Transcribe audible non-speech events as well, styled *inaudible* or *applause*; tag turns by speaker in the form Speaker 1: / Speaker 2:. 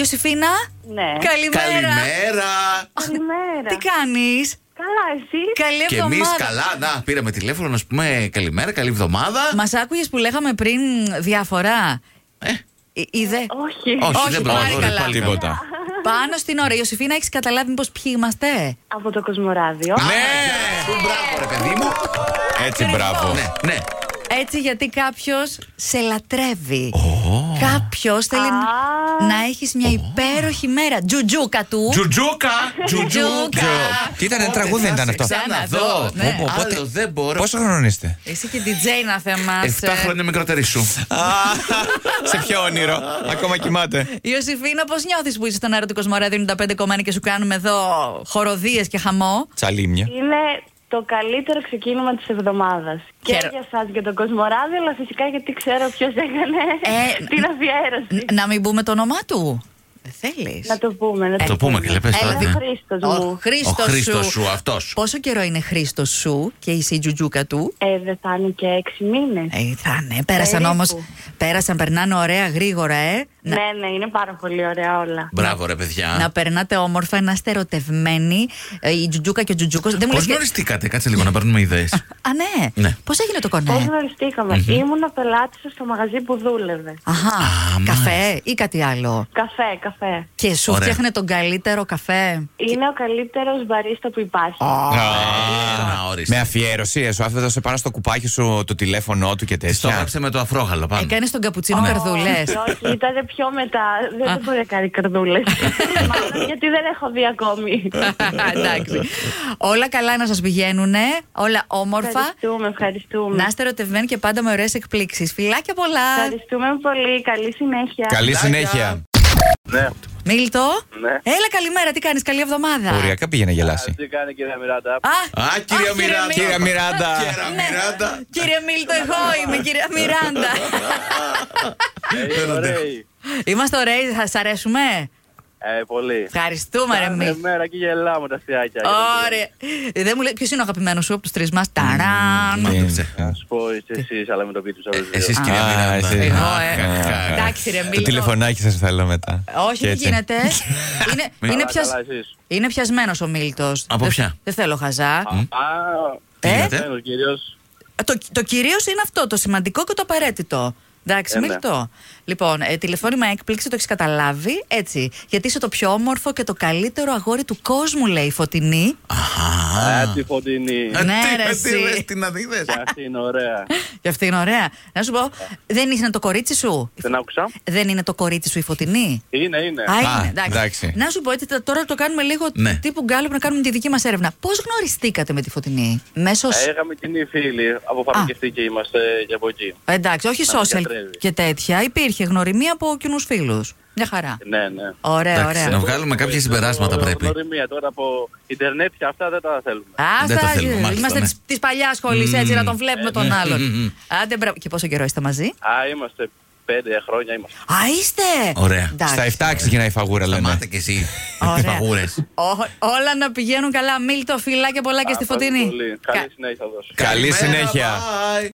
Speaker 1: Ιωσήφινα.
Speaker 2: Ναι.
Speaker 1: Καλημέρα.
Speaker 3: Ε, Καλημέρα.
Speaker 2: Καλημέρα.
Speaker 1: Τι κάνεις.
Speaker 2: Καλά, εσύ.
Speaker 1: Καλή
Speaker 3: Και εμείς
Speaker 1: εβδομάδα.
Speaker 3: καλά. Να, πήραμε τηλέφωνο να σου πούμε καλημέρα, καλή εβδομάδα.
Speaker 1: Μας άκουγες που λέγαμε πριν διαφορά.
Speaker 3: Ε,
Speaker 1: Ε, Είδε.
Speaker 2: Όχι.
Speaker 3: όχι,
Speaker 1: όχι,
Speaker 3: δεν
Speaker 1: πάλι
Speaker 3: πρόβλημα.
Speaker 1: καλά.
Speaker 4: Τίποτα.
Speaker 1: Πάνω στην ώρα. Ιωσήφινα, έχεις καταλάβει μήπως ποιοι είμαστε.
Speaker 2: Από το Κοσμοράδιο.
Speaker 4: Ναι!
Speaker 3: Μπράβο, ρε παιδί μου.
Speaker 4: Έτσι, μπράβο.
Speaker 3: Ναι, ναι.
Speaker 1: Έτσι, γιατί κάποιος σε λατρεύει. Κάποιος θέλει να- να έχεις μια υπέροχη μέρα. Τζουτζούκα του.
Speaker 3: Τζουτζούκα!
Speaker 1: Τζουτζούκα.
Speaker 4: Τι ήταν, τραγούδι δεν ήταν αυτό.
Speaker 3: Να
Speaker 1: Ξαναδώ,
Speaker 3: δω.
Speaker 1: ναι.
Speaker 3: Πω, πω,
Speaker 4: Πότε-
Speaker 3: Άλλο δεν μπορώ.
Speaker 4: Πόσο χρόνο είστε.
Speaker 1: Εσύ και DJ να θεμάσαι.
Speaker 3: 7 χρόνια μικρότερη σου.
Speaker 4: Σε ποιο όνειρο. Ακόμα κοιμάται.
Speaker 1: Ιωσήφινα, πώς νιώθεις που είσαι στον αέρα του Κοσμοράδιο 95,1 και σου κάνουμε εδώ χοροδίες και χαμό.
Speaker 4: Τσαλίμια.
Speaker 2: Είναι το καλύτερο ξεκίνημα της εβδομάδας. Και
Speaker 1: Χαίρο-
Speaker 2: για εσάς και τον Κοσμοράδιο, αλλά φυσικά γιατί ξέρω ποιος έκανε
Speaker 1: Ε,
Speaker 2: *laughs* την αφιέρωση.
Speaker 1: Ν- Να μην πούμε το όνομά του. Δεν θέλεις.
Speaker 2: Να το πούμε. Να
Speaker 3: Το πούμε και λεπέ τώρα.
Speaker 2: Έλα,
Speaker 1: ε.
Speaker 3: ναι.
Speaker 2: Χρήστος μου.
Speaker 3: Ο Χρήστος
Speaker 1: Χρήστος
Speaker 3: σου, αυτός.
Speaker 1: Πόσο καιρό είναι Χρήστος σου και είσαι η τζουτζούκα του.
Speaker 2: Ε, δεν θα είναι και έξι μήνες.
Speaker 1: Ε, θα ναι, πέρασαν
Speaker 2: Περίπου.
Speaker 1: όμως. Πέρασαν, περνάνε ωραία γρήγορα, ε. Να,
Speaker 2: Ναι, ναι, είναι πάρα πολύ ωραία όλα.
Speaker 3: Μπράβο, ρε παιδιά.
Speaker 1: να περνάτε όμορφα, να είστε ερωτευμένοι. Ε, η Τζουτζούκα και ο Τζουτζούκος. Δεν μου
Speaker 3: Πώς
Speaker 1: λες και-
Speaker 3: γνωριστήκατε, κάτσε λίγο να παίρνουμε ιδέες.
Speaker 1: Α, ναι.
Speaker 3: Ναι.
Speaker 1: Πώς έγινε το
Speaker 2: Πώς
Speaker 1: κονέ.
Speaker 2: γνωριστήκαμε. Ήμουνα πελάτης σας στο μαγαζί που δούλευε.
Speaker 1: Αχα.
Speaker 3: μάλιστα.
Speaker 1: καφέ ή κάτι άλλο.
Speaker 2: Καφέ, καφέ.
Speaker 1: Και σου
Speaker 3: Ωραία.
Speaker 1: φτιάχνε τον καλύτερο καφέ.
Speaker 2: Είναι ο καλύτερος μπαρίστα που υπάρχει.
Speaker 3: Να ορίστε.
Speaker 4: Με αφιέρωση, σου άφησε πάνω στο κουπάκι σου το τηλέφωνό του και
Speaker 3: Στο
Speaker 4: τέτοια.
Speaker 3: γράψε με το αφρόγαλο πάνω.
Speaker 1: Έκανες τον καπουτσίνο καρδούλες.
Speaker 2: Όχι, ήταν πιο μετά. Δεν το μπορεί να κάνει καρδούλες. Γιατί δεν έχω δει ακόμη.
Speaker 1: *laughs* Εντάξει. Όλα καλά να σας πηγαίνουν, όλα όμορφα.
Speaker 2: Ευχαριστούμε, ευχαριστούμε.
Speaker 1: Να είστε ερωτευμένοι και πάντα με ωραίες εκπλήξεις. Φιλάκια πολλά.
Speaker 2: Ευχαριστούμε πολύ. Καλή συνέχεια.
Speaker 4: Καλή συνέχεια.
Speaker 5: Ναι,
Speaker 1: Μίλτο.
Speaker 5: Ναι.
Speaker 1: Έλα, καλημέρα. Τι κάνεις, καλή εβδομάδα.
Speaker 4: Οριακά πήγε να γελάσει.
Speaker 5: τι κάνει κυρία Μιράτα.
Speaker 1: Α,
Speaker 3: Α, κυρία Μιράντα.
Speaker 4: Κύριε Μιράντα.
Speaker 3: Κύρα Μιράντα.
Speaker 1: κύριε Μίλτο, εγώ είμαι, κυρία Μιράντα.
Speaker 5: Ε, Ωραίοι.
Speaker 1: Είμαστε ωραίοι, θα σας αρέσουμε.
Speaker 5: Ε, πολύ.
Speaker 1: Ευχαριστούμε, ρε
Speaker 5: Κάθε
Speaker 1: Μίλτο.
Speaker 5: μέρα και γελάμε τα αστιάκια.
Speaker 1: Ωραία. Ε, Δεν μου λέει ποιος είναι ο αγαπημένος σου από τους τρεις μας.
Speaker 4: Ναι,
Speaker 1: Ταράν.
Speaker 3: Μάντεψε.
Speaker 5: Να σου πω είστε εσείς, αλλά με το πείτε τους άλλους δύο.
Speaker 3: Εσείς, κυρία
Speaker 4: Α,
Speaker 3: Μιράντα.
Speaker 4: εσείς.
Speaker 1: Εγώ, ε.
Speaker 3: Αχ, αχ, αχ.
Speaker 1: Εντάξει, ρε
Speaker 4: Το
Speaker 1: Μίλτο.
Speaker 4: τηλεφωνάκι σας θέλω μετά.
Speaker 1: Όχι,
Speaker 4: Και
Speaker 1: δεν
Speaker 4: έτσι.
Speaker 1: γίνεται.
Speaker 5: *laughs*
Speaker 1: είναι, είναι,
Speaker 5: Καλά,
Speaker 1: πιασ...
Speaker 5: καλά, εσείς.
Speaker 1: είναι πιασμένος ο Μίλτος.
Speaker 3: Από
Speaker 1: δεν,
Speaker 3: ποια?
Speaker 1: Δεν θέλω χαζά.
Speaker 5: Α,
Speaker 1: Ε?
Speaker 5: ένας κύριος.
Speaker 1: Το, το κυρίως είναι αυτό, το σημαντικό και το απαραίτητο. Εντάξει,
Speaker 5: Ε, ναι.
Speaker 1: Μίλτο. Λοιπόν, ε, τηλεφώνημα έκπληξη, το έχεις καταλάβει. Έτσι. Γιατί είσαι το πιο όμορφο και το καλύτερο αγόρι του κόσμου, λέει η φωτεινή.
Speaker 5: Α, τη φωτεινή.
Speaker 3: Ε,
Speaker 1: Ναι,
Speaker 3: τι-
Speaker 1: ρε,
Speaker 3: ε,
Speaker 1: εσύ.
Speaker 3: Τι λες, την αδίδες.
Speaker 5: Και Αυτή είναι ωραία.
Speaker 1: Και αυτή είναι ωραία. Να σου πω, δεν είναι το κορίτσι σου.
Speaker 5: Δεν άκουσα.
Speaker 1: Δεν είναι το κορίτσι σου η φωτεινή.
Speaker 5: Είναι, είναι.
Speaker 1: Α,
Speaker 4: Α,
Speaker 1: είναι, εντάξει.
Speaker 4: εντάξει.
Speaker 1: Να σου πω έτσι, τα- τώρα το κάνουμε λίγο
Speaker 3: Ναι.
Speaker 1: τύπου γκάλωπ να κάνουμε τη δική μας έρευνα. Πώς γνωριστήκατε με τη φωτεινή, μέσως. σ-
Speaker 5: Ε, Είχαμε κοινή φίλη από φαρμακευτή και είμαστε και από εκεί.
Speaker 1: Εντάξει, όχι
Speaker 5: Να με
Speaker 1: social
Speaker 5: γιατρεύει.
Speaker 1: και τέτοια. Υπήρχε γνωριμία από κοινούς φίλους. Μια χαρά.
Speaker 5: Ναι, ναι.
Speaker 1: Ωραία,
Speaker 3: Εντάξει,
Speaker 1: ωραία.
Speaker 3: Να βγάλουμε κάποια συμπεράσματα πρέπει.
Speaker 5: Γνωριμία τώρα από Ιντερνετ και αυτά δεν τα θέλουμε.
Speaker 3: Δεν τα
Speaker 1: Άστα,
Speaker 3: θέλουμε, μάλιστα,
Speaker 1: είμαστε
Speaker 3: ναι.
Speaker 1: της παλιάς σχολής, έτσι, να τον βλέπουμε τον
Speaker 3: μμ, μμ.
Speaker 1: άλλον. Άντε, μπράβο. Και πόσο καιρό είστε μαζί.
Speaker 5: Α, είμαστε πέντε χρόνια είμαστε.
Speaker 1: Α, είστε!
Speaker 3: Ωραία.
Speaker 1: Εντάξει.
Speaker 4: Στα 7 ξεκινάει η φαγούρα, λένε.
Speaker 3: Σταμάτα κι εσύ.
Speaker 1: Ωραία.
Speaker 3: τις παγούρες.
Speaker 1: Ό- όλα να πηγαίνουν καλά. Μίλτο, φιλάκια πολλά και στη
Speaker 5: Α, ευχαριστώ
Speaker 1: φωτεινή.
Speaker 5: πολύ.
Speaker 1: Κα-
Speaker 5: Καλή συνέχεια θα δώσω.
Speaker 4: Καλή
Speaker 3: Καλημέρα,
Speaker 4: συνέχεια.
Speaker 3: bye.